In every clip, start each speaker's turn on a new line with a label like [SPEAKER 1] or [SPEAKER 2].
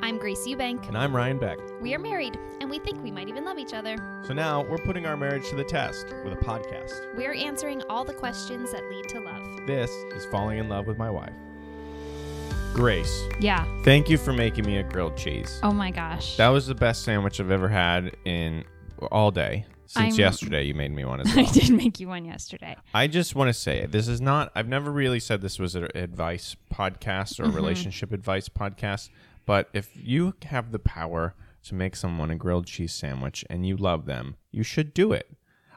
[SPEAKER 1] I'm Grace Eubank.
[SPEAKER 2] And I'm Ryan Beck.
[SPEAKER 1] We are married, and we think we might even love each other.
[SPEAKER 2] So now we're putting our marriage to the test with a podcast.
[SPEAKER 1] We're answering all the questions that lead to love.
[SPEAKER 2] This is Falling in Love with My Wife. Grace,
[SPEAKER 1] Yeah.
[SPEAKER 2] thank you for making me a grilled cheese.
[SPEAKER 1] Oh my gosh.
[SPEAKER 2] That was the best sandwich I've ever had in all day. Since
[SPEAKER 1] I'm-
[SPEAKER 2] yesterday, you made me one as
[SPEAKER 1] I
[SPEAKER 2] well.
[SPEAKER 1] did make you one yesterday.
[SPEAKER 2] I just want to say this is not, I've never really said this was an advice podcast or a relationship advice podcast, but if you have the power to make someone a grilled cheese sandwich and you love them, you should do it.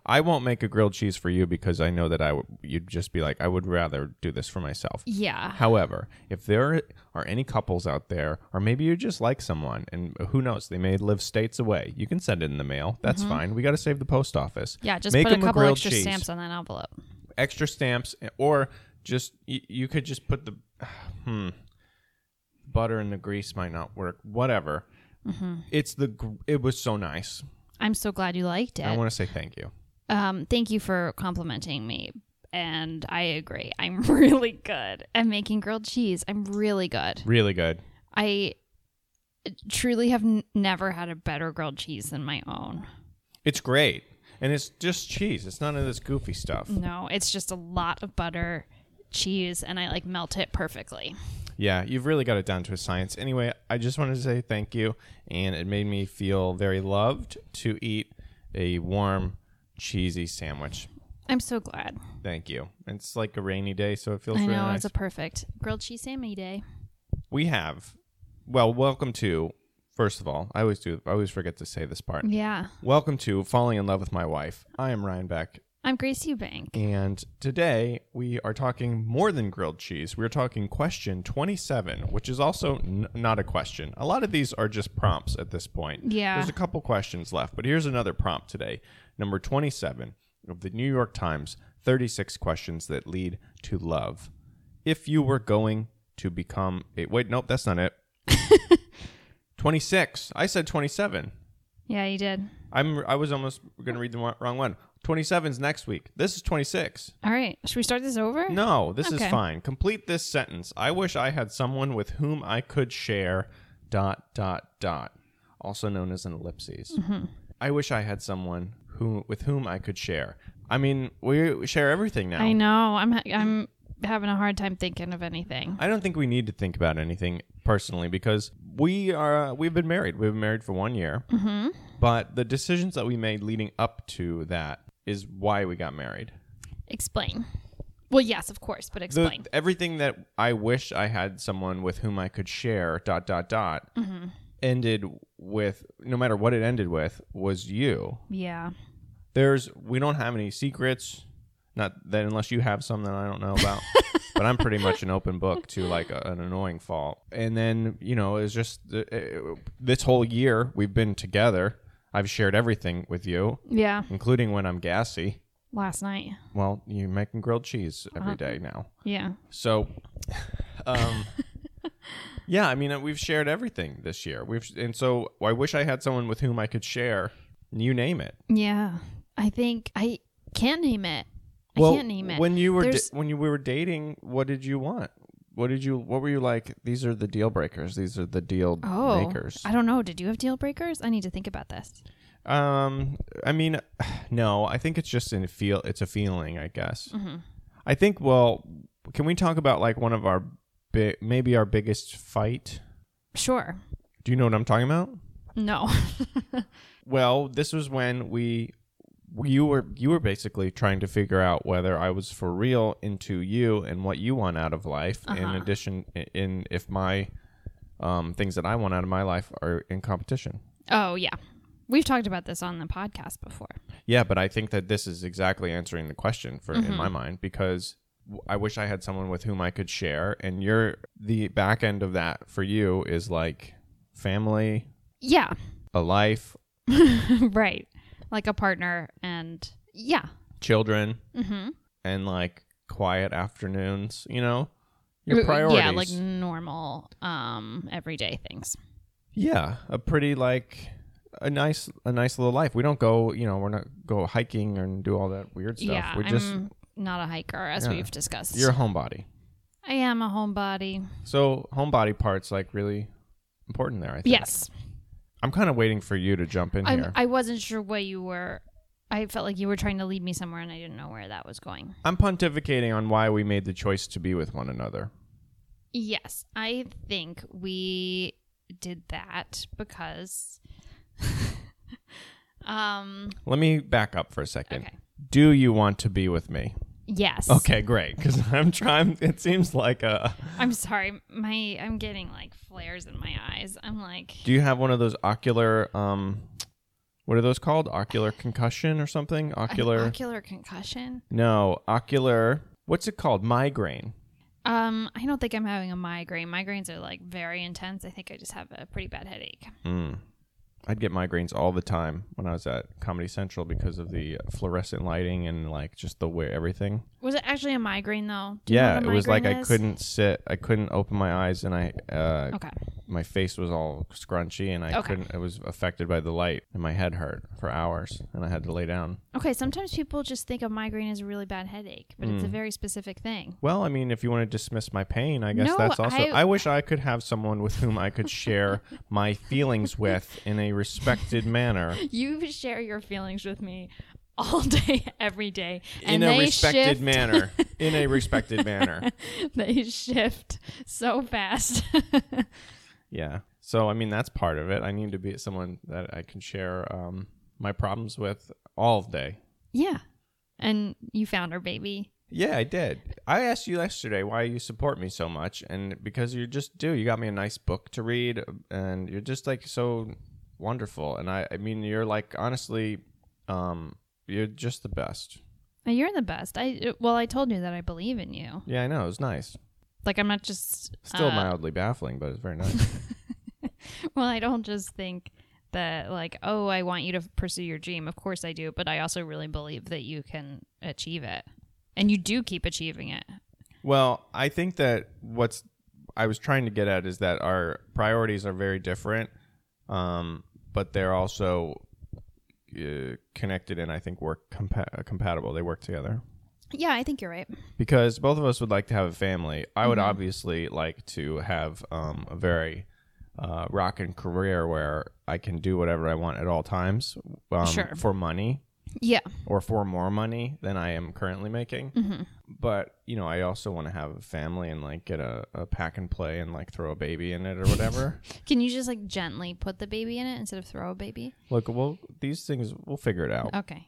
[SPEAKER 2] I won't make a grilled cheese for you because I know that I w- you'd just be like, I would rather do this for myself.
[SPEAKER 1] Yeah.
[SPEAKER 2] However, if there are any couples out there, or maybe you just like someone, and who knows, they may live states away, you can send it in the mail. That's fine. We got to save the post office.
[SPEAKER 1] Yeah, just
[SPEAKER 2] Make
[SPEAKER 1] put a
[SPEAKER 2] them
[SPEAKER 1] couple
[SPEAKER 2] grilled
[SPEAKER 1] extra
[SPEAKER 2] cheese.
[SPEAKER 1] stamps on that envelope.
[SPEAKER 2] Extra stamps, eh, or just you, you could just put the hmm, butter and the grease might not work. Whatever.
[SPEAKER 1] Mm-hmm.
[SPEAKER 2] It's the gr- it was so nice.
[SPEAKER 1] I'm so glad you liked
[SPEAKER 2] I
[SPEAKER 1] it.
[SPEAKER 2] want to say thank you.
[SPEAKER 1] Um, thank you for complimenting me. And I agree. I'm really good at making grilled cheese. I'm really good.
[SPEAKER 2] Really good.
[SPEAKER 1] I truly have n- never had a better grilled cheese than my own.
[SPEAKER 2] It's great, and it's just cheese. It's none of this goofy stuff.
[SPEAKER 1] No, it's just a lot of butter, cheese, and I like melt it perfectly.
[SPEAKER 2] Yeah, you've really got it down to a science. Anyway, I just wanted to say thank you, and it made me feel very loved to eat a warm, cheesy sandwich.
[SPEAKER 1] I'm so glad.
[SPEAKER 2] Thank you. It's like a rainy day, so it feels
[SPEAKER 1] I
[SPEAKER 2] really
[SPEAKER 1] know
[SPEAKER 2] nice.
[SPEAKER 1] it's a perfect grilled cheese Sammy day.
[SPEAKER 2] we have, well, welcome to. First of all, I always do. I always forget to say this part.
[SPEAKER 1] Yeah,
[SPEAKER 2] Welcome to falling in love with my wife. I am Ryan Beck,
[SPEAKER 1] I'm Grace Eubank.
[SPEAKER 2] and today we are talking more than grilled cheese. We're talking question twenty-seven, which is also n- not a question. A lot of these are just prompts at this point.
[SPEAKER 1] Yeah,
[SPEAKER 2] There's a couple questions left, but here's another prompt today. Number 27 of the New York Times 36 questions that lead to love. If you were going to become a. Wait, nope, that's not it. 26. I said 27.
[SPEAKER 1] yeah, you did.
[SPEAKER 2] I'm, I was almost going to read the wa- wrong one. 27's next week. This is 26.
[SPEAKER 1] All right, should we start this over?
[SPEAKER 2] No, this
[SPEAKER 1] Okay.
[SPEAKER 2] is fine. Complete this sentence. I wish I had someone with whom I could share dot dot dot, also known as an ellipses.
[SPEAKER 1] Mm-hmm.
[SPEAKER 2] I wish I had someone who with whom I could share. I mean, we share everything now.
[SPEAKER 1] I know. I'm ha- I'm having a hard time thinking of anything.
[SPEAKER 2] I don't think we need to think about anything personally because we are uh, we've been married. We've been married for one year, mm-hmm. but the decisions that we made leading up to that is why we got married.
[SPEAKER 1] Explain. Well, yes, of course, but
[SPEAKER 2] the-
[SPEAKER 1] explain.
[SPEAKER 2] everything that I wish I had someone with whom I could share dot dot dot ended with no matter what it ended with was you.
[SPEAKER 1] yeah.
[SPEAKER 2] There's we don't have any secrets, not that unless you have some that I don't know about. but I'm pretty much an open book to like a, an annoying fault. And then you know it's just uh, uh, this whole year we've been together. I've shared everything with you,
[SPEAKER 1] Yeah.
[SPEAKER 2] including when I'm gassy.
[SPEAKER 1] Last night.
[SPEAKER 2] Well, you're making grilled cheese every day now.
[SPEAKER 1] Yeah.
[SPEAKER 2] So, um, yeah, I mean, uh, we've shared everything this year. We've and so I wish I had someone with whom I could share. You name it.
[SPEAKER 1] Yeah. I think I can't name it. I can't name it.
[SPEAKER 2] When you were da-
[SPEAKER 1] There's-
[SPEAKER 2] when you we were dating, what did you want? What did you? What were you like? These are the deal breakers. These are the deal
[SPEAKER 1] oh,
[SPEAKER 2] makers.
[SPEAKER 1] I don't know. Did you have deal breakers? I need to think about this.
[SPEAKER 2] Um, I mean, no, I think it's just in a feel. It's a feeling, I guess.
[SPEAKER 1] Mm-hmm.
[SPEAKER 2] I think. Well, can we talk about like one of our bi- maybe our biggest fight?
[SPEAKER 1] Sure.
[SPEAKER 2] Do you know what I'm talking about?
[SPEAKER 1] No.
[SPEAKER 2] Well, this was when we you were you were basically trying to figure out whether I was for real into you and what you want out of life. In addition, i- in if my um, things that I want out of my life are in competition.
[SPEAKER 1] oh, yeah. We've talked about this on the podcast before.
[SPEAKER 2] Yeah, but I think that this is exactly answering the question for in my mind because w- I wish I had someone with whom I could share. And you're the back end of that for you is like family,
[SPEAKER 1] Yeah.
[SPEAKER 2] a life,
[SPEAKER 1] right. Like a partner and yeah.
[SPEAKER 2] children
[SPEAKER 1] Mhm.
[SPEAKER 2] and like quiet afternoons, you know? Your
[SPEAKER 1] Uh,
[SPEAKER 2] priorities.
[SPEAKER 1] Yeah, like normal um everyday things.
[SPEAKER 2] Yeah, a pretty like a nice a nice little life. We don't go, you know, we're not go hiking and do all that weird stuff.
[SPEAKER 1] Yeah.
[SPEAKER 2] we're just
[SPEAKER 1] I'm not a hiker as
[SPEAKER 2] Yeah.
[SPEAKER 1] we've discussed.
[SPEAKER 2] you're a homebody.
[SPEAKER 1] I am a homebody.
[SPEAKER 2] So homebody parts like really important there. I think.
[SPEAKER 1] Yes.
[SPEAKER 2] I'm kind of waiting for you to jump in
[SPEAKER 1] I,
[SPEAKER 2] here.
[SPEAKER 1] I wasn't sure what you were. I felt like you were trying to lead me somewhere and I didn't know where that was going.
[SPEAKER 2] I'm pontificating on why we made the choice to be with one another.
[SPEAKER 1] Yes, I think we did that because. um.
[SPEAKER 2] Let me back up for a second.
[SPEAKER 1] Okay.
[SPEAKER 2] Do you want to be with me?
[SPEAKER 1] Yes.
[SPEAKER 2] Okay, great. Because I'm trying. It seems like a.
[SPEAKER 1] I'm sorry. My I'm getting like flares in my eyes. I'm like
[SPEAKER 2] Do you have one of those ocular? Um, what are those called? Ocular concussion or something?
[SPEAKER 1] an
[SPEAKER 2] Ocular.
[SPEAKER 1] ocular concussion.
[SPEAKER 2] no, ocular. What's it called? Migraine.
[SPEAKER 1] Um, I don't think I'm having a migraine. Migraines are like very intense. I think I just have a pretty bad headache.
[SPEAKER 2] Mm. I'd get migraines all the time when I was at Comedy Central because of the fluorescent lighting and like just the way everything.
[SPEAKER 1] Was it actually a migraine though? Do you know
[SPEAKER 2] yeah,
[SPEAKER 1] what
[SPEAKER 2] it
[SPEAKER 1] a
[SPEAKER 2] was like
[SPEAKER 1] migraine
[SPEAKER 2] I
[SPEAKER 1] is?
[SPEAKER 2] couldn't sit. I couldn't open my eyes, and I uh,
[SPEAKER 1] Okay.
[SPEAKER 2] my face was all scrunchy, and I
[SPEAKER 1] Okay.
[SPEAKER 2] couldn't. It was affected by the light, and my head hurt for hours, and I had to lay down.
[SPEAKER 1] Okay. Sometimes people just think of migraine as a really bad headache, but
[SPEAKER 2] Hmm.
[SPEAKER 1] it's a very specific thing.
[SPEAKER 2] Well, I mean, if you want to dismiss my pain, I guess
[SPEAKER 1] No,
[SPEAKER 2] that's also.
[SPEAKER 1] I-
[SPEAKER 2] I wish I could have someone with whom I could share my feelings with in a respected manner.
[SPEAKER 1] You share your feelings with me all day, every day,
[SPEAKER 2] in
[SPEAKER 1] and
[SPEAKER 2] a
[SPEAKER 1] they
[SPEAKER 2] respected
[SPEAKER 1] shift.
[SPEAKER 2] manner. In a respected manner.
[SPEAKER 1] They shift so fast.
[SPEAKER 2] Yeah. So I mean that's part of it. I need to be someone that I can share um, my problems with all day.
[SPEAKER 1] yeah. And you found her baby.
[SPEAKER 2] Yeah, I did. I asked you yesterday why you support me so much, and because you just do. You got me a nice book to read, and you're just like so wonderful. And I, I mean, you're like honestly, um, you're just the best.
[SPEAKER 1] Now, You're the best. I uh, well, I told you that I believe in you.
[SPEAKER 2] Yeah, I know. It was nice.
[SPEAKER 1] Like I'm not just
[SPEAKER 2] Still
[SPEAKER 1] uh,
[SPEAKER 2] mildly baffling, but it's very nice.
[SPEAKER 1] Well, I don't just think that like, oh, I want you to pursue your dream. Of course I do, but I also really believe that you can achieve it. And you do keep achieving it.
[SPEAKER 2] Well, I think that what's I was trying to get at is that our priorities are very different, um, but they're also uh, connected and I think work compa- compatible. They work together
[SPEAKER 1] Yeah, I think you're right.
[SPEAKER 2] because both of us would like to have a family. I would obviously like to have um, a very uh, rockin' career where I can do whatever I want at all times um,
[SPEAKER 1] Sure.
[SPEAKER 2] for money
[SPEAKER 1] Yeah.
[SPEAKER 2] or for more money than I am currently making. But you know, I also want to have a family and like get a, a pack and play and like throw a baby in it or whatever.
[SPEAKER 1] Can you just like gently put the baby in it instead of throw a baby?
[SPEAKER 2] Look, we'll these things we'll figure it out.
[SPEAKER 1] Okay.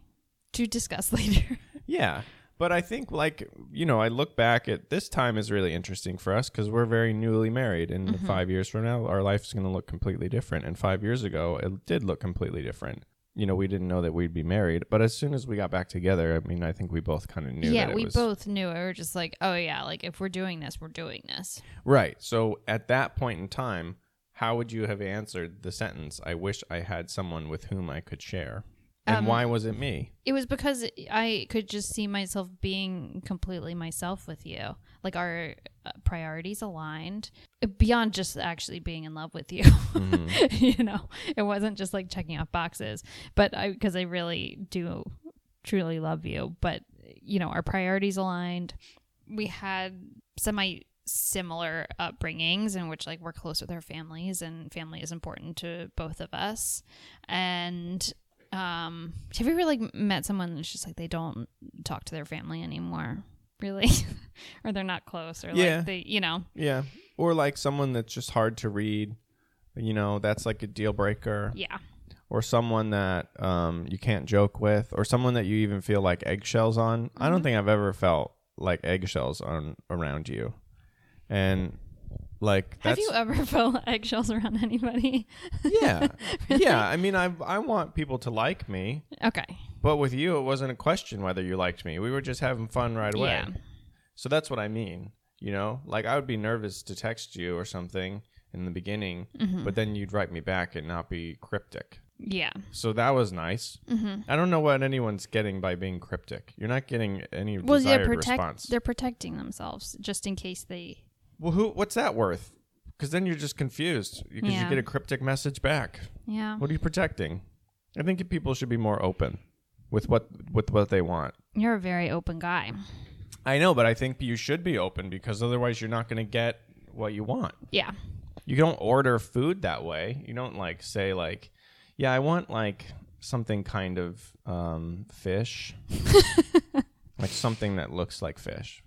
[SPEAKER 1] To discuss later.
[SPEAKER 2] Yeah. But I think like you know, I look back at this time is really interesting for us because we're very newly married, and
[SPEAKER 1] Mm-hmm.
[SPEAKER 2] five years from now, our life is going to look completely different. And five years ago, it did look completely different. You know, we didn't know that we'd be married, but as soon as we got back together, I mean, I think we both kind of knew. that
[SPEAKER 1] yeah,
[SPEAKER 2] it
[SPEAKER 1] we
[SPEAKER 2] was,
[SPEAKER 1] both knew it. We were just like, oh yeah, like if we're doing this, we're doing this.
[SPEAKER 2] Right. So at that point in time, how would you have answered the sentence, I wish I had someone with whom I could share? And
[SPEAKER 1] Um,
[SPEAKER 2] why was it me?
[SPEAKER 1] It was because I could just see myself being completely myself with you. Like our uh, priorities aligned beyond just actually being in love with you. you know, it wasn't just like checking off boxes, but I because I really do truly love you, but you know, our priorities aligned. We had semi similar upbringings in which like we're close with our families and family is important to both of us. And um have you ever like met someone that's just like they don't talk to their family anymore really or they're not close or
[SPEAKER 2] Yeah.
[SPEAKER 1] like they you know
[SPEAKER 2] Yeah. Or like someone that's just hard to read, you know, that's like a deal breaker.
[SPEAKER 1] yeah
[SPEAKER 2] Or someone that um, you can't joke with, or someone that you even feel like eggshells on. I
[SPEAKER 1] Mm-hmm.
[SPEAKER 2] don't think I've ever felt like eggshells on around you. And like
[SPEAKER 1] have
[SPEAKER 2] that's
[SPEAKER 1] you e- ever felt eggshells around anybody
[SPEAKER 2] yeah. Yeah. I mean I I want people to like me.
[SPEAKER 1] okay
[SPEAKER 2] But with you, it wasn't a question whether you liked me. We were just having fun right away.
[SPEAKER 1] Yeah.
[SPEAKER 2] So that's what I mean. You know, like I would be nervous to text you or something in the beginning,
[SPEAKER 1] Mm-hmm.
[SPEAKER 2] but then you'd write me back and not be cryptic.
[SPEAKER 1] yeah
[SPEAKER 2] So that was nice.
[SPEAKER 1] Mm-hmm.
[SPEAKER 2] I don't know what anyone's getting by being cryptic. You're not getting any
[SPEAKER 1] well
[SPEAKER 2] desired
[SPEAKER 1] they're protect
[SPEAKER 2] response.
[SPEAKER 1] they're protecting themselves just in case they
[SPEAKER 2] Well, who? What's that worth? Because then you're just confused because
[SPEAKER 1] Yeah.
[SPEAKER 2] you get a cryptic message back.
[SPEAKER 1] yeah
[SPEAKER 2] What are you protecting? I think people should be more open with what with what they want.
[SPEAKER 1] you're a very open guy
[SPEAKER 2] I know, but I think you should be open because otherwise you're not going to get what you want.
[SPEAKER 1] yeah
[SPEAKER 2] you don't order food that way. You don't like say like, yeah, I want like something kind of um, fish, like something that looks like fish.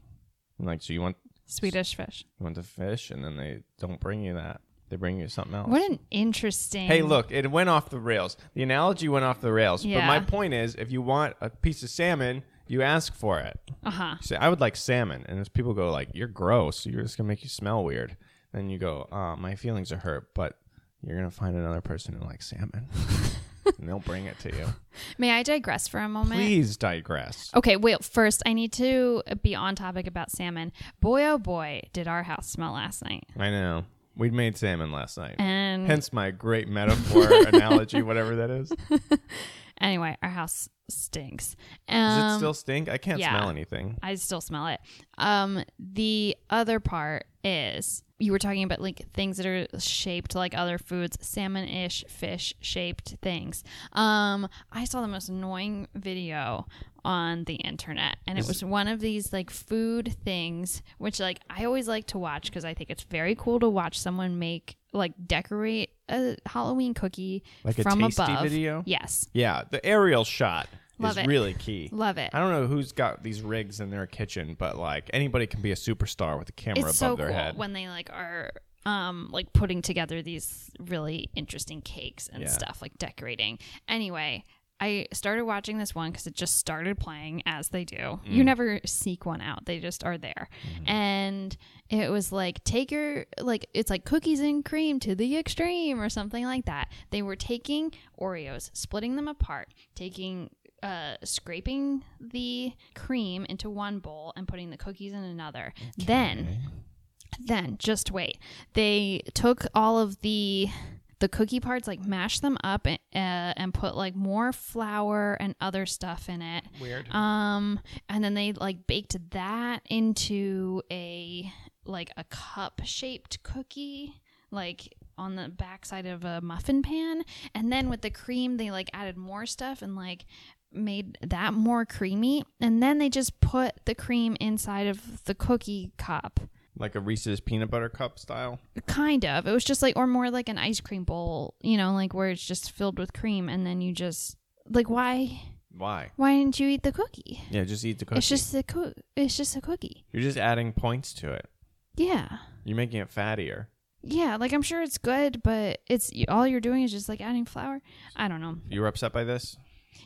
[SPEAKER 2] And, like so, you want
[SPEAKER 1] Swedish fish.
[SPEAKER 2] you want the fish, and then they don't bring you that. They bring you something else.
[SPEAKER 1] What an interesting.
[SPEAKER 2] Hey, look, it went off the rails. The analogy went off the rails. But
[SPEAKER 1] Yeah.
[SPEAKER 2] my point is, if you want a piece of salmon, you ask for it.
[SPEAKER 1] Uh huh.
[SPEAKER 2] You say, I would like salmon. And as people go, like, you're gross. You're just going to make you smell weird. Then you go, uh, my feelings are hurt, but you're going to find another person who likes salmon. and they'll bring it to you.
[SPEAKER 1] May I digress for a moment?
[SPEAKER 2] Please digress.
[SPEAKER 1] Okay, wait. First, I need to be on topic about salmon. Boy, oh boy, did our house smell last night.
[SPEAKER 2] I know. We made salmon last night.
[SPEAKER 1] And
[SPEAKER 2] Hence my great metaphor, analogy, whatever that is. Does
[SPEAKER 1] anyway, our house stinks. Um,
[SPEAKER 2] it still stink? I can't
[SPEAKER 1] yeah.
[SPEAKER 2] smell anything.
[SPEAKER 1] I still smell it. Um, the other part is you were talking about like things that are shaped like other foods, salmon-ish fish shaped things. Um, I saw the most annoying video on the internet, and it was one of these like food things, which like I always like to watch because I think it's very cool to watch someone make like decorate a Halloween cookie
[SPEAKER 2] Like a
[SPEAKER 1] from
[SPEAKER 2] tasty
[SPEAKER 1] above.
[SPEAKER 2] video?
[SPEAKER 1] Yes,
[SPEAKER 2] Yeah, the aerial shot is
[SPEAKER 1] Love it.
[SPEAKER 2] really key.
[SPEAKER 1] love it.
[SPEAKER 2] I don't know who's got these rigs in their kitchen, but like anybody can be a superstar with a camera above
[SPEAKER 1] it's so
[SPEAKER 2] their
[SPEAKER 1] cool
[SPEAKER 2] head.
[SPEAKER 1] when they like are um like putting together these really interesting cakes and
[SPEAKER 2] Yeah.
[SPEAKER 1] stuff like decorating anyway i started watching this one because it just started playing as they do you never seek one out they just are there and it was like take your like it's like cookies and cream to the extreme or something like that they were taking oreos splitting them apart taking uh, scraping the cream into one bowl and putting the cookies in another. Then, then just wait. They took all of the the cookie parts, like mashed them up and, uh, and put like more flour and other stuff in it.
[SPEAKER 2] Weird.
[SPEAKER 1] Um, and then they like baked that into a like a cup shaped cookie, like on the backside of a muffin pan. And then with the cream, they like added more stuff and like made that more creamy. And then they just put the cream inside of the cookie cup.
[SPEAKER 2] like a Reese's peanut butter cup style.
[SPEAKER 1] Kind of. It was just like, or more like an ice cream bowl, you know, like where it's just filled with cream. And then you just, like, why?
[SPEAKER 2] Why?
[SPEAKER 1] Why didn't you eat the cookie?
[SPEAKER 2] Yeah, just eat the cookie.
[SPEAKER 1] It's just a coo- it's just a cookie.
[SPEAKER 2] You're just adding points to it.
[SPEAKER 1] Yeah.
[SPEAKER 2] You're making it fattier.
[SPEAKER 1] Yeah, like I'm sure it's good, but it's all you're doing is just like adding flour. I don't know.
[SPEAKER 2] You were upset by this?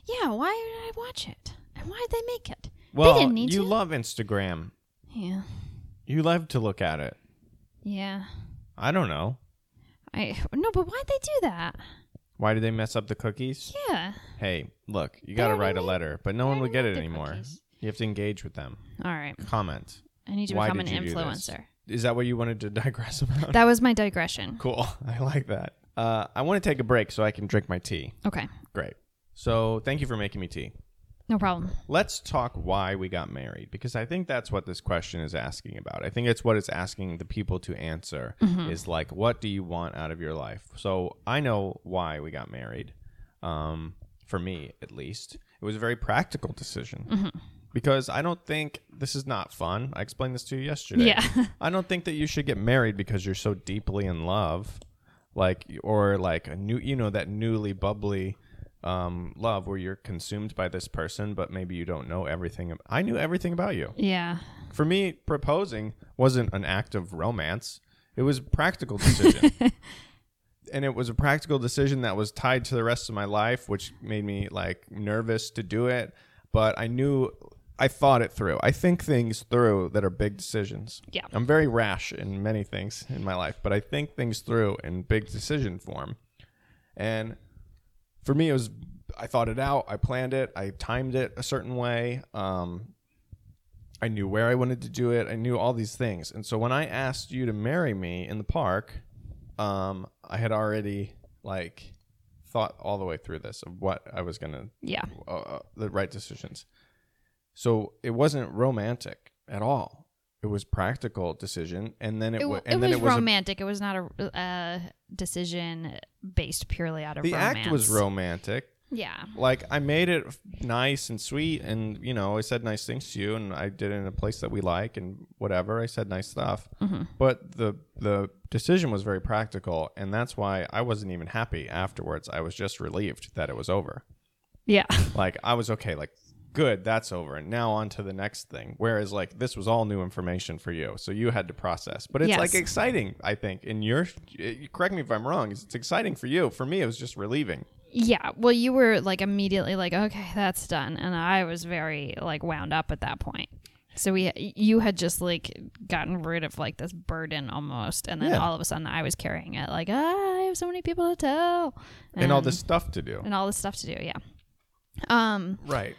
[SPEAKER 1] Yeah, why did I watch it? And why did they make it?
[SPEAKER 2] Well,
[SPEAKER 1] didn't need
[SPEAKER 2] you
[SPEAKER 1] to.
[SPEAKER 2] love Instagram.
[SPEAKER 1] Yeah.
[SPEAKER 2] You love to look at it.
[SPEAKER 1] Yeah.
[SPEAKER 2] I don't know.
[SPEAKER 1] I no, but why'd they do that?
[SPEAKER 2] Why did they mess up the cookies?
[SPEAKER 1] Yeah.
[SPEAKER 2] Hey, look, you got to
[SPEAKER 1] already
[SPEAKER 2] write a
[SPEAKER 1] made-
[SPEAKER 2] letter, but no one
[SPEAKER 1] already
[SPEAKER 2] will get
[SPEAKER 1] made
[SPEAKER 2] it
[SPEAKER 1] the
[SPEAKER 2] anymore.
[SPEAKER 1] cookies.
[SPEAKER 2] You have to engage with them.
[SPEAKER 1] All right.
[SPEAKER 2] Comment.
[SPEAKER 1] I need to
[SPEAKER 2] Why
[SPEAKER 1] become an
[SPEAKER 2] did you do this?
[SPEAKER 1] influencer.
[SPEAKER 2] Is that what you wanted to digress about?
[SPEAKER 1] That was my digression.
[SPEAKER 2] Cool. I like that. Uh, I want to take a break so I can drink my tea.
[SPEAKER 1] Okay.
[SPEAKER 2] Great. So thank you for making me tea.
[SPEAKER 1] No problem.
[SPEAKER 2] Let's talk why we got married because I think that's what this question is asking about. I think it's what it's asking the people to answer is like, what do you want out of your life? So I know why we got married. Um, for me, at least, it was a very practical decision because I don't think this is not fun. I explained this to you yesterday.
[SPEAKER 1] Yeah.
[SPEAKER 2] I don't think that you should get married because you're so deeply in love, like or like a new, you know, that newly bubbly um, love where you're consumed by this person, but maybe you don't know everything. ab- I knew everything about you.
[SPEAKER 1] yeah.
[SPEAKER 2] For me, proposing wasn't an act of romance; it was a practical decision. And it was a practical decision that was tied to the rest of my life, which made me like nervous to do it. But I knew I thought it through. I think things through that are big decisions.
[SPEAKER 1] Yeah.
[SPEAKER 2] I'm very rash in many things in my life, but I think things through in big decision form. And for me, it was I thought it out, I planned it, I timed it a certain way. Um, I knew where I wanted to do it, I knew all these things. And so when I asked you to marry me in the park, um, I had already like thought all the way through this of what I was gonna
[SPEAKER 1] Yeah.
[SPEAKER 2] uh, uh, the right decisions. So it wasn't romantic at all. It was practical decision, and then it,
[SPEAKER 1] It,
[SPEAKER 2] wa-
[SPEAKER 1] w- it
[SPEAKER 2] and then
[SPEAKER 1] was
[SPEAKER 2] it was a-
[SPEAKER 1] romantic. it was not a, a decision based purely out of
[SPEAKER 2] the
[SPEAKER 1] romance.
[SPEAKER 2] act was romantic,
[SPEAKER 1] Yeah.
[SPEAKER 2] Like I made it f- nice and sweet, and you know I said nice things to you, and I did it in a place that we like, and whatever I said nice stuff.
[SPEAKER 1] Mm-hmm.
[SPEAKER 2] But the the decision was very practical, and that's why I wasn't even happy afterwards. I was just relieved that it was over.
[SPEAKER 1] Yeah.
[SPEAKER 2] Like I was okay. Like good, that's over, and now on to the next thing. Whereas like this was all new information for you, so you had to process. But it's
[SPEAKER 1] Yes.
[SPEAKER 2] like exciting, I think. In your, correct me if I'm wrong. It's exciting for you. For me, it was just relieving.
[SPEAKER 1] Yeah. Well, you were like immediately like, okay, that's done, and I was very like wound up at that point. So we, you had just like gotten rid of like this burden almost, and then
[SPEAKER 2] Yeah.
[SPEAKER 1] all of a sudden I was carrying it like, ah, I have so many people to tell,
[SPEAKER 2] and, all this stuff to do.
[SPEAKER 1] and all this stuff to do. Yeah. Um,
[SPEAKER 2] Right.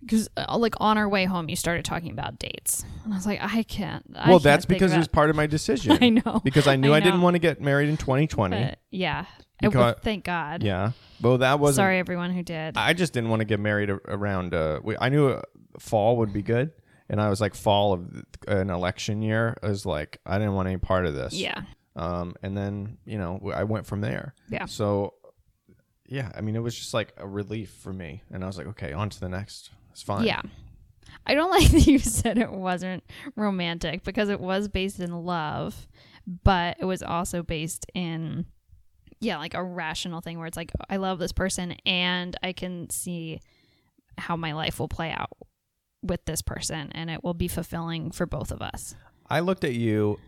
[SPEAKER 1] because like on our way home, you started talking about dates, and I was like, I can't. I
[SPEAKER 2] Well,
[SPEAKER 1] can't
[SPEAKER 2] that's
[SPEAKER 1] think
[SPEAKER 2] because it was
[SPEAKER 1] about-
[SPEAKER 2] part of my decision.
[SPEAKER 1] I know.
[SPEAKER 2] Because I knew I,
[SPEAKER 1] I
[SPEAKER 2] didn't
[SPEAKER 1] know.
[SPEAKER 2] want to get married in 2020.
[SPEAKER 1] But, yeah. It-
[SPEAKER 2] Because-
[SPEAKER 1] thank God.
[SPEAKER 2] yeah. Well, that wasn't.
[SPEAKER 1] Sorry, everyone who did.
[SPEAKER 2] I just didn't want to get married a- around. Uh, we, I knew uh, fall would be good. And I was like, fall of th- an election year is like, I didn't want any part of this.
[SPEAKER 1] yeah.
[SPEAKER 2] Um, and then, you know, w- I went from there.
[SPEAKER 1] Yeah.
[SPEAKER 2] So, yeah, I mean, it was just like a relief for me. And I was like, okay, on to the next. It's fine.
[SPEAKER 1] Yeah. I don't like that you said it wasn't romantic because it was based in love, but it was also based in yeah, like a rational thing where it's like I love this person and I can see how my life will play out with this person and it will be fulfilling for both of us.
[SPEAKER 2] I looked at you,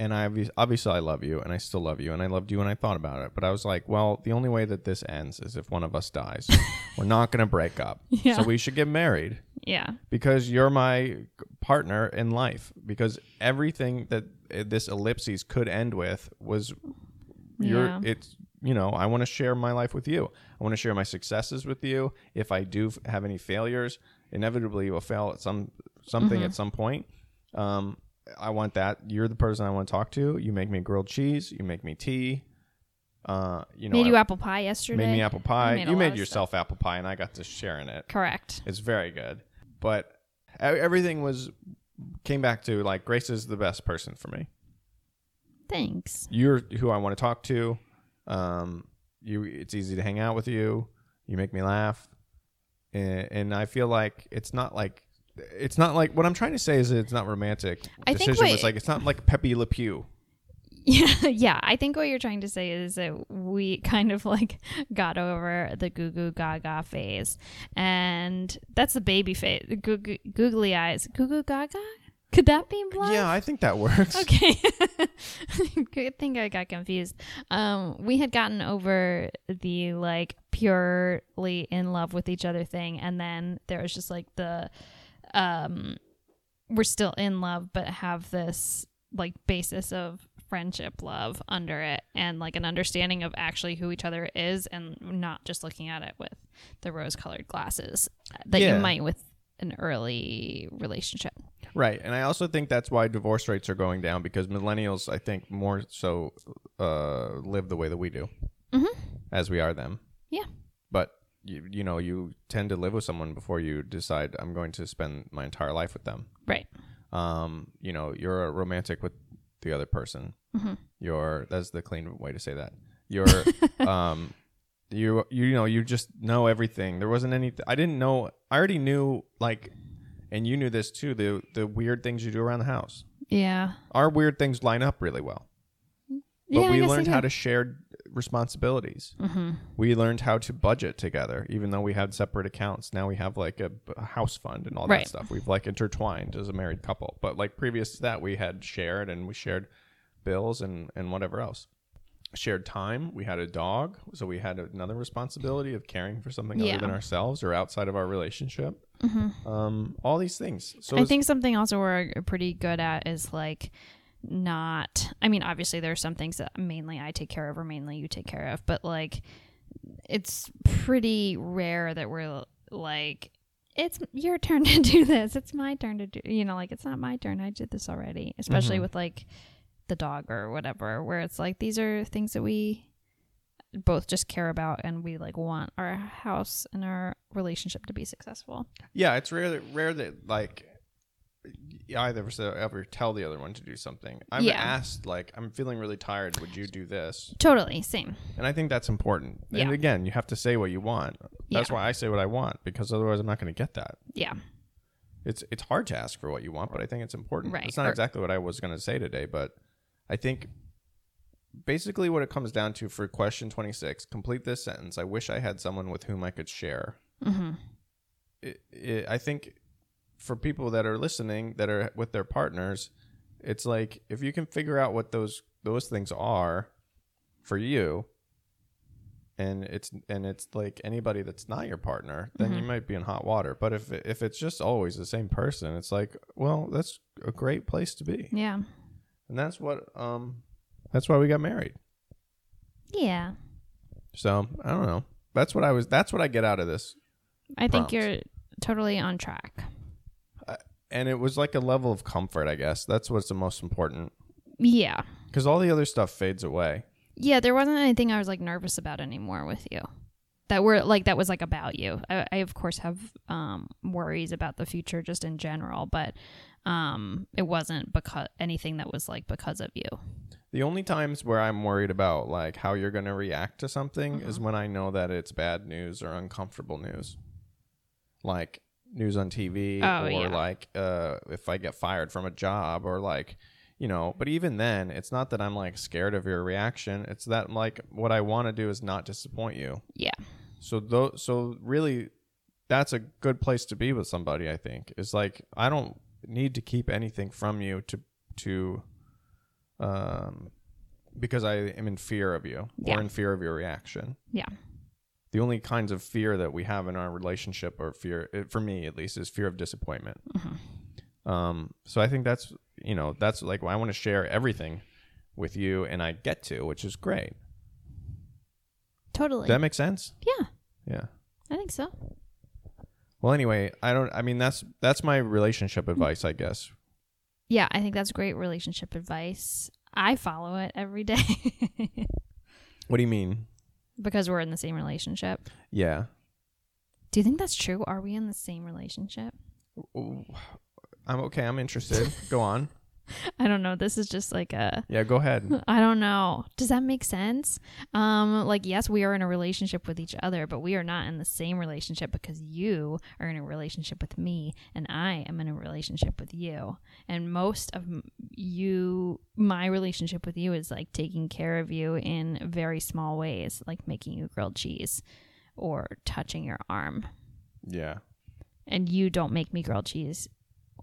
[SPEAKER 2] and I obvi- obviously I love you, and I still love you, and I loved you, and I thought about it, but I was like, well, the only way that this ends is if one of us dies. We're not going to break up,
[SPEAKER 1] Yeah.
[SPEAKER 2] so we should get married
[SPEAKER 1] Yeah.
[SPEAKER 2] because you're my partner in life. Because everything that uh, this ellipses could end with was your
[SPEAKER 1] Yeah.
[SPEAKER 2] it's you know i want to share my life with you i want to share my successes with you if i do f- have any failures inevitably you will fail at some something
[SPEAKER 1] Mm-hmm.
[SPEAKER 2] at some point um i want that you're the person i want to talk to you make me grilled cheese you make me tea uh you know
[SPEAKER 1] made
[SPEAKER 2] I-
[SPEAKER 1] you apple pie yesterday.
[SPEAKER 2] made me apple pie
[SPEAKER 1] made a
[SPEAKER 2] you
[SPEAKER 1] lot
[SPEAKER 2] made
[SPEAKER 1] of
[SPEAKER 2] yourself apple pie and i got to sharing it
[SPEAKER 1] Correct.
[SPEAKER 2] it's very good but e- everything was came back to like grace is the best person for me
[SPEAKER 1] Thanks.
[SPEAKER 2] you're who I want to talk to. Um, you, it's easy to hang out with you. You make me laugh, and, and I feel like it's not like it's not like what I'm trying to say is it's not romantic.
[SPEAKER 1] I think
[SPEAKER 2] Decision was
[SPEAKER 1] what-
[SPEAKER 2] like it's not like Pepe Le Pew.
[SPEAKER 1] Yeah, yeah. I think what you're trying to say is that we kind of like got over the goo goo gaga phase, and that's the baby phase. The goo goo- googly eyes, goo goo gaga. Could that be blind?
[SPEAKER 2] Yeah, I think that works.
[SPEAKER 1] Okay. Good thing I got confused. Um, we had gotten over the like purely in love with each other thing, and then there was just like the, um, we're still in love, but have this like basis of friendship love under it and like an understanding of actually who each other is and not just looking at it with the rose colored glasses that
[SPEAKER 2] Yeah.
[SPEAKER 1] you might with an early relationship.
[SPEAKER 2] Right, and I also think that's why divorce rates are going down because millennials, I think, more so uh, live the way that we do, as we are them.
[SPEAKER 1] Mm-hmm. Yeah.
[SPEAKER 2] But you, you know, you tend to live with someone before you decide I'm going to spend my entire life with them.
[SPEAKER 1] Right.
[SPEAKER 2] um, you know, you're a romantic with the other person.
[SPEAKER 1] Mm-hmm.
[SPEAKER 2] You're that's the clean way to say that. You're, um, you you know, you just know everything. There wasn't any. I didn't know. I already knew like, and you knew this too. The the weird things you do around the house.
[SPEAKER 1] Yeah.
[SPEAKER 2] Our weird things line up really well. But we learned how to share responsibilities.
[SPEAKER 1] Mm-hmm.
[SPEAKER 2] We learned how to budget together, even though we had separate accounts. Now we have like a, a house fund and all that
[SPEAKER 1] Right.
[SPEAKER 2] stuff. We've like intertwined as a married couple. But like previous to that, we had shared and we shared bills and, and whatever else. Shared time. We had a dog. So we had another responsibility of caring for something
[SPEAKER 1] Yeah. Mm-hmm.
[SPEAKER 2] other than ourselves or outside of our relationship. Um, all these things. So
[SPEAKER 1] I
[SPEAKER 2] it's-
[SPEAKER 1] think something also we're uh, pretty good at is like not I mean obviously there are some things that mainly I take care of or mainly you take care of but like it's pretty rare that we're like it's your turn to do this it's my turn to do you know like it's not my turn I did this already especially with like the dog or whatever where it's like these are things that we both just care about and we like want our house and our relationship to be successful
[SPEAKER 2] Yeah, it's rare that rare that like either of us ever tell the other one to do something. I'm
[SPEAKER 1] Yeah.
[SPEAKER 2] asked like, I'm feeling really tired. Would you do this?
[SPEAKER 1] Totally. Same.
[SPEAKER 2] And I think that's important.
[SPEAKER 1] Yeah.
[SPEAKER 2] And again, you have to say what you want. That's
[SPEAKER 1] Yeah.
[SPEAKER 2] why I say what I want because otherwise I'm not going to get that.
[SPEAKER 1] Yeah.
[SPEAKER 2] It's it's hard to ask for what you want, but I think it's important.
[SPEAKER 1] Right.
[SPEAKER 2] It's not
[SPEAKER 1] Or-
[SPEAKER 2] exactly what I was going to say today, but I think basically what it comes down to for question 26, complete this sentence. I wish I had someone with whom I could share.
[SPEAKER 1] hmm
[SPEAKER 2] it, it, I think for people that are listening that are with their partners, it's like if you can figure out what those those things are for you, and it's and it's like anybody that's not your partner, then you might be in hot water. But if if it's just always the same person, it's like well, that's a great place to be,
[SPEAKER 1] Yeah.
[SPEAKER 2] and that's what um that's why we got married.
[SPEAKER 1] Yeah.
[SPEAKER 2] So I don't know. That's what I was. That's what I get out of this.
[SPEAKER 1] I think
[SPEAKER 2] Prompt.
[SPEAKER 1] you're totally on track.
[SPEAKER 2] And it was like a level of comfort, I guess. That's what's the most important.
[SPEAKER 1] Yeah.
[SPEAKER 2] Because all the other stuff fades away.
[SPEAKER 1] Yeah. There wasn't anything I was like nervous about anymore with you. That were like that was like about you. I, I of course have um, worries about the future just in general, but um, it wasn't because anything that was like because of you.
[SPEAKER 2] The only times where I'm worried about like how you're going to react to something is when I know that it's bad news or uncomfortable news. Like news on TV
[SPEAKER 1] Oh,
[SPEAKER 2] or
[SPEAKER 1] yeah.
[SPEAKER 2] like uh if I get fired from a job or like you know, but even then, it's not that I'm like scared of your reaction. It's that like what I want to do is not disappoint you.
[SPEAKER 1] Yeah.
[SPEAKER 2] So though, so really, that's a good place to be with somebody. I think is like I don't need to keep anything from you to to, um, because I am in fear of you
[SPEAKER 1] Yeah.
[SPEAKER 2] or in fear of your reaction.
[SPEAKER 1] Yeah.
[SPEAKER 2] The only kinds of fear that we have in our relationship, or fear eh, for me at least, is fear of disappointment.
[SPEAKER 1] Mm-hmm.
[SPEAKER 2] Um, so I think that's you know that's like I want to share everything with you, and I get to, which is great.
[SPEAKER 1] Totally.
[SPEAKER 2] Does that make sense?
[SPEAKER 1] yeah.
[SPEAKER 2] Yeah.
[SPEAKER 1] I think so.
[SPEAKER 2] Well, anyway, I don't. I mean, that's that's my relationship
[SPEAKER 1] Mm-hmm.
[SPEAKER 2] advice, I guess.
[SPEAKER 1] Yeah, I think that's great relationship advice. I follow it every day
[SPEAKER 2] What do you mean?
[SPEAKER 1] because we're in the same relationship.
[SPEAKER 2] Yeah,
[SPEAKER 1] Do you think that's true? Are we in the same relationship?
[SPEAKER 2] I'm okay. I'm interested. go on.
[SPEAKER 1] I don't know. This is just like a
[SPEAKER 2] Yeah, go ahead.
[SPEAKER 1] I don't know. Does that make sense? Um like yes, we are in a relationship with each other, but we are not in the same relationship because you are in a relationship with me and I am in a relationship with you. And most of m- you my relationship with you is like taking care of you in very small ways, like making you grilled cheese or touching your arm.
[SPEAKER 2] Yeah,
[SPEAKER 1] And you don't make me grilled cheese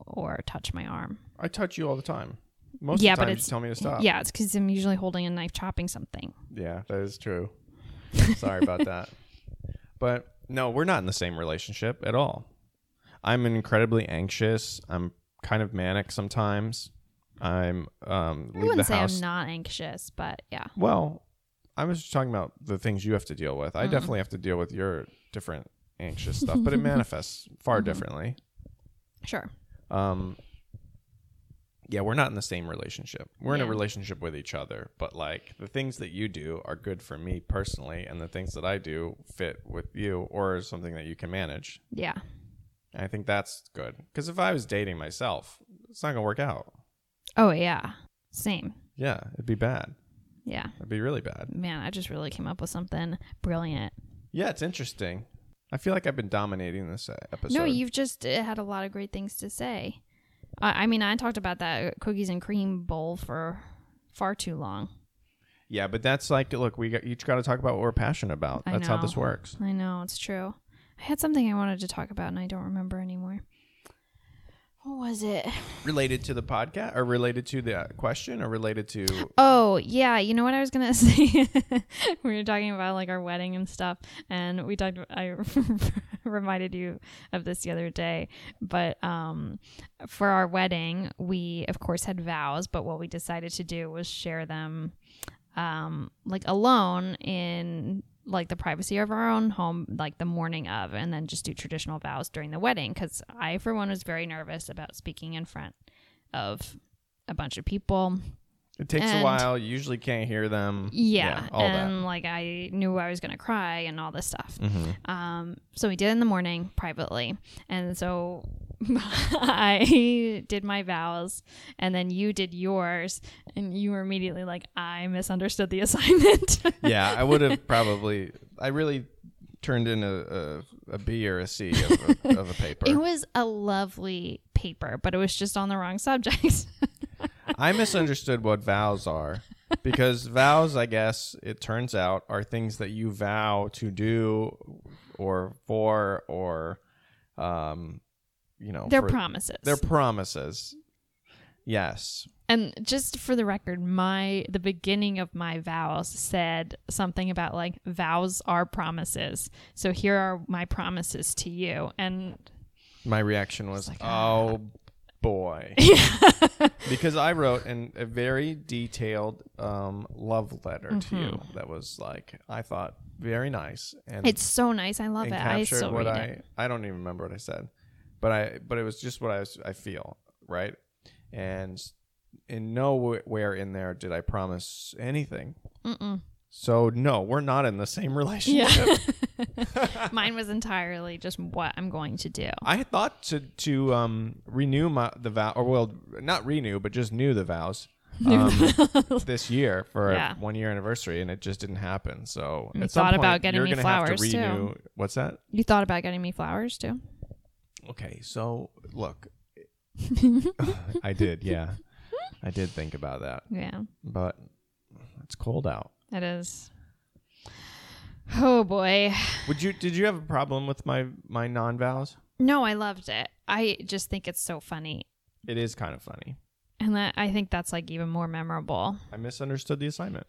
[SPEAKER 1] or touch my arm.
[SPEAKER 2] I touch you all the time. Most
[SPEAKER 1] Yeah,
[SPEAKER 2] of the
[SPEAKER 1] but
[SPEAKER 2] time, you
[SPEAKER 1] it's-
[SPEAKER 2] just tell me to stop.
[SPEAKER 1] Yeah, it's because I'm usually holding a knife chopping something.
[SPEAKER 2] yeah, that is true. Sorry about that. But no, we're not in the same relationship at all. I'm incredibly anxious. I'm kind of manic sometimes. I'm um
[SPEAKER 1] I
[SPEAKER 2] leave the
[SPEAKER 1] wouldn't say
[SPEAKER 2] house.
[SPEAKER 1] I'm not anxious, but yeah.
[SPEAKER 2] Well, I was just talking about the things you have to deal
[SPEAKER 1] Mm-hmm.
[SPEAKER 2] with. I definitely have to deal with your different anxious stuff, but it manifests far
[SPEAKER 1] Mm-hmm.
[SPEAKER 2] differently.
[SPEAKER 1] Sure.
[SPEAKER 2] Um, yeah, we're not in the same relationship. We're in a
[SPEAKER 1] Yeah.
[SPEAKER 2] relationship with each other, but like the things that you do are good for me personally, and the things that I do fit with you or is something that you can manage.
[SPEAKER 1] Yeah.
[SPEAKER 2] And I think that's good because if I was dating myself, it's not gonna work out.
[SPEAKER 1] Oh yeah. Same.
[SPEAKER 2] Yeah, it'd be bad.
[SPEAKER 1] Yeah.
[SPEAKER 2] It'd be really bad.
[SPEAKER 1] Man, I just really came up with something brilliant.
[SPEAKER 2] Yeah, it's interesting. I feel like I've been dominating this uh, episode.
[SPEAKER 1] no, you've just uh, had a lot of great things to say. I I mean, I talked about that cookies and cream bowl for far too long.
[SPEAKER 2] Yeah, but that's like, look, we got, each got to talk about what we're passionate about.
[SPEAKER 1] I
[SPEAKER 2] that's how this
[SPEAKER 1] know.
[SPEAKER 2] works.
[SPEAKER 1] I know it's true. I had something I wanted to talk about and I don't remember anymore. What was it?
[SPEAKER 2] Related to the podcast, or related to the uh, question, or related to
[SPEAKER 1] Oh, yeah. You know what I was going to say? we were talking about like our wedding and stuff. And we talked, I reminded you of this the other day. But um, for our wedding, we, of course, had vows. But what we decided to do was share them um, like alone in like the privacy of our own home, like the morning of, and then just do traditional vows during the wedding. Cause I, for one, was very nervous about speaking in front of a bunch of people.
[SPEAKER 2] it takes a
[SPEAKER 1] And-
[SPEAKER 2] while. You usually can't hear them.
[SPEAKER 1] Yeah,
[SPEAKER 2] all
[SPEAKER 1] and like I knew I was gonna cry and all this stuff.
[SPEAKER 2] that. hmm
[SPEAKER 1] Um, so we did it in the morning privately, and so I did my vows and then you did yours and you were immediately like I misunderstood the assignment.
[SPEAKER 2] yeah, I would have probably. I really turned in a, a, a B or a C of a, of a paper.
[SPEAKER 1] It was a lovely paper, but it was just on the wrong subject.
[SPEAKER 2] I misunderstood what vows are because vows, I guess, it turns out, are things that you vow to do or for or, um, you know,
[SPEAKER 1] They're
[SPEAKER 2] for-
[SPEAKER 1] promises.
[SPEAKER 2] They're promises. Yes.
[SPEAKER 1] And just for the record, my the beginning of my vows said something about like vows are promises. So here are my promises to you. And
[SPEAKER 2] My reaction was,
[SPEAKER 1] like, "Ah."
[SPEAKER 2] oh boy. because I wrote an, a very detailed um, love letter
[SPEAKER 1] Mm-hmm.
[SPEAKER 2] to you that was like, I thought very nice. And
[SPEAKER 1] it's so nice. I love
[SPEAKER 2] and
[SPEAKER 1] it. I
[SPEAKER 2] captured
[SPEAKER 1] still
[SPEAKER 2] what
[SPEAKER 1] read
[SPEAKER 2] I
[SPEAKER 1] it.
[SPEAKER 2] I don't even remember what I said, but I but it was just what I was, I feel right, and in nowhere in there did I promise anything.
[SPEAKER 1] Mm-mm.
[SPEAKER 2] So no, we're not in the same relationship.
[SPEAKER 1] Yeah. Mine was entirely just what I'm going to do.
[SPEAKER 2] I had thought to to um, renew my the vow or well not renew but just new the vows. Um, this year for
[SPEAKER 1] Yeah.
[SPEAKER 2] a one year anniversary, and it just didn't happen. So
[SPEAKER 1] You
[SPEAKER 2] at some
[SPEAKER 1] thought
[SPEAKER 2] point,
[SPEAKER 1] about getting
[SPEAKER 2] you're
[SPEAKER 1] me
[SPEAKER 2] gonna have
[SPEAKER 1] flowers,
[SPEAKER 2] to
[SPEAKER 1] too.
[SPEAKER 2] renew. What's that?
[SPEAKER 1] You thought about getting me flowers too?
[SPEAKER 2] Okay, so look, I did, yeah, I did think about that,
[SPEAKER 1] Yeah,
[SPEAKER 2] but it's cold out.
[SPEAKER 1] it is. Oh boy.
[SPEAKER 2] Would you? Did you have a problem with my my non vows?
[SPEAKER 1] No, I loved it. I just think it's so funny.
[SPEAKER 2] It is kind of funny.
[SPEAKER 1] And that, I think that's like even more memorable.
[SPEAKER 2] I misunderstood the assignment.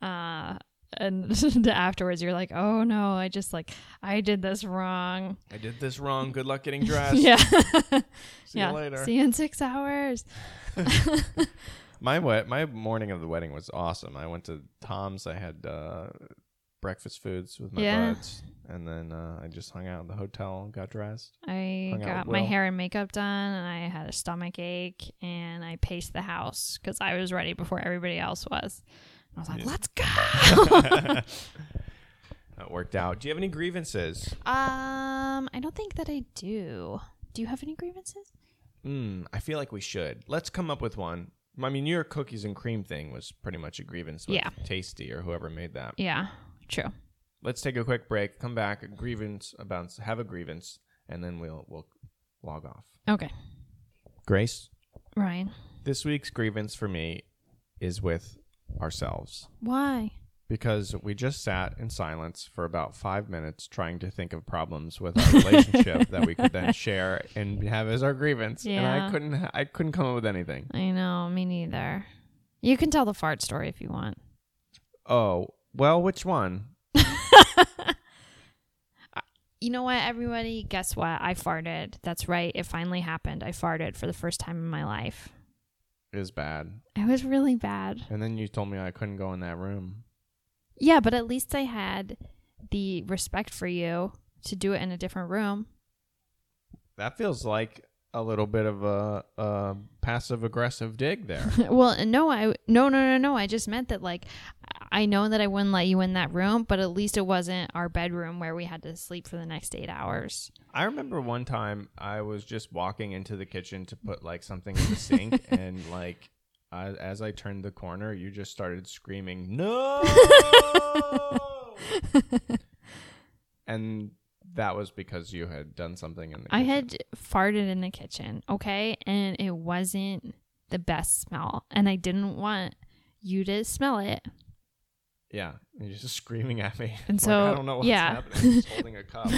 [SPEAKER 1] Uh, and afterwards, you're like, oh no, I just like, I did this wrong.
[SPEAKER 2] I did this wrong. Good luck getting dressed.
[SPEAKER 1] Yeah.
[SPEAKER 2] See
[SPEAKER 1] yeah.
[SPEAKER 2] you later.
[SPEAKER 1] See you in six hours.
[SPEAKER 2] My wed- my morning of the wedding was awesome. I went to Tom's. I had uh, breakfast foods with my
[SPEAKER 1] Yeah.
[SPEAKER 2] buds, and then uh, I just hung out in the hotel, got dressed.
[SPEAKER 1] I
[SPEAKER 2] Hung out
[SPEAKER 1] got
[SPEAKER 2] with
[SPEAKER 1] my
[SPEAKER 2] Will.
[SPEAKER 1] hair and makeup done, and I had a stomach ache, and I paced the house because I was ready before everybody else was. I was like, let's go.
[SPEAKER 2] That worked out. Do you have any grievances?
[SPEAKER 1] um, I don't think that I do. Do you have any grievances?
[SPEAKER 2] Mm, I feel like we should. Let's come up with one. I mean, your cookies and cream thing was pretty much a grievance with
[SPEAKER 1] Yeah.
[SPEAKER 2] Tasty or whoever made that.
[SPEAKER 1] Yeah, true.
[SPEAKER 2] Let's take a quick break. Come back. A grievance about have a grievance, and then we'll we'll log off.
[SPEAKER 1] Okay,
[SPEAKER 2] Grace,
[SPEAKER 1] Ryan.
[SPEAKER 2] this week's grievance for me is with ourselves
[SPEAKER 1] Why?
[SPEAKER 2] because we just sat in silence for about five minutes trying to think of problems with our relationship that we could then share and have as our grievance. And I
[SPEAKER 1] Yeah.
[SPEAKER 2] couldn't I couldn't come up with anything.
[SPEAKER 1] I know, me neither. You can tell the fart story if you want.
[SPEAKER 2] Oh well, which one?
[SPEAKER 1] You know what, everybody? Guess what? I farted. That's right. It finally happened. I farted for the first time in my life.
[SPEAKER 2] is bad.
[SPEAKER 1] It was really bad.
[SPEAKER 2] And then you told me I couldn't go in that room.
[SPEAKER 1] Yeah, but at least I had the respect for you to do it in a different room.
[SPEAKER 2] That feels like a little bit of a, a passive aggressive dig there.
[SPEAKER 1] well, and no, I no no no no. I just meant that like I know that I wouldn't let you in that room, but at least it wasn't our bedroom where we had to sleep for the next eight hours.
[SPEAKER 2] I remember one time I was just walking into the kitchen to put like something in the sink, and like I, as I turned the corner, you just started screaming, No! and that was because you had done something in the
[SPEAKER 1] I
[SPEAKER 2] kitchen.
[SPEAKER 1] had farted in the kitchen, okay, and it wasn't the best smell, and I didn't want you to smell it.
[SPEAKER 2] Yeah. And you're just screaming at me.
[SPEAKER 1] And
[SPEAKER 2] Like, I
[SPEAKER 1] so-
[SPEAKER 2] don't know what's
[SPEAKER 1] yeah.
[SPEAKER 2] happening. I'm just holding a cup.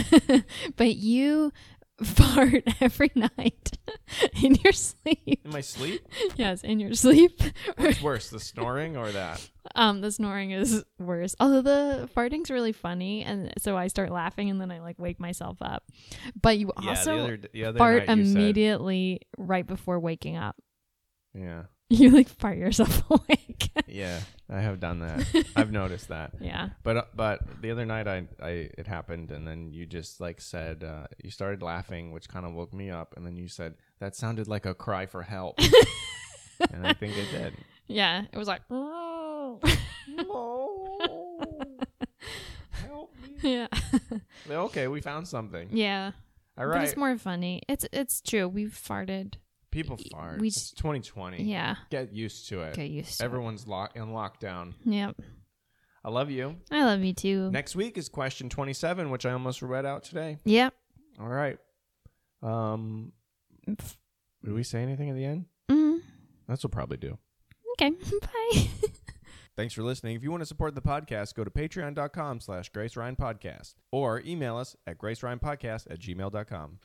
[SPEAKER 1] but you fart every night in your sleep.
[SPEAKER 2] In my sleep?
[SPEAKER 1] Yes, in your sleep.
[SPEAKER 2] What's worse, the snoring or that?
[SPEAKER 1] um, the snoring is worse. Although the farting's really funny, and so I start laughing, and then I like wake myself up. But you also
[SPEAKER 2] the other
[SPEAKER 1] fart immediately right before waking up.
[SPEAKER 2] yeah,
[SPEAKER 1] You like fart yourself awake.
[SPEAKER 2] yeah, I have done that. I've noticed that.
[SPEAKER 1] yeah.
[SPEAKER 2] But uh, but the other night I, I it happened, and then you just like said uh, you started laughing, which kind of woke me up, and then you said that sounded like a cry for help, and I think it did.
[SPEAKER 1] Yeah. It was like.
[SPEAKER 2] No, help me.
[SPEAKER 1] yeah.
[SPEAKER 2] Okay, we found something.
[SPEAKER 1] Yeah. But
[SPEAKER 2] All right.
[SPEAKER 1] it's more funny. It's it's true. We've farted.
[SPEAKER 2] People fart.
[SPEAKER 1] we-
[SPEAKER 2] it's 2020.
[SPEAKER 1] Yeah.
[SPEAKER 2] Get used to it.
[SPEAKER 1] Get used to it.
[SPEAKER 2] Everyone's lock in lockdown.
[SPEAKER 1] Yep.
[SPEAKER 2] I love you.
[SPEAKER 1] I love you too.
[SPEAKER 2] Next week is question 27, which I almost read out today.
[SPEAKER 1] Yep.
[SPEAKER 2] All right. Um,
[SPEAKER 1] Pff.
[SPEAKER 2] did we say anything at the end?
[SPEAKER 1] Mm.
[SPEAKER 2] That's what we'll probably do.
[SPEAKER 1] Okay. Bye.
[SPEAKER 2] Thanks for listening. If you want to support the podcast, go to patreon.com slash Grace Ryan Podcast or email us at graceryanpodcast at gmail.com.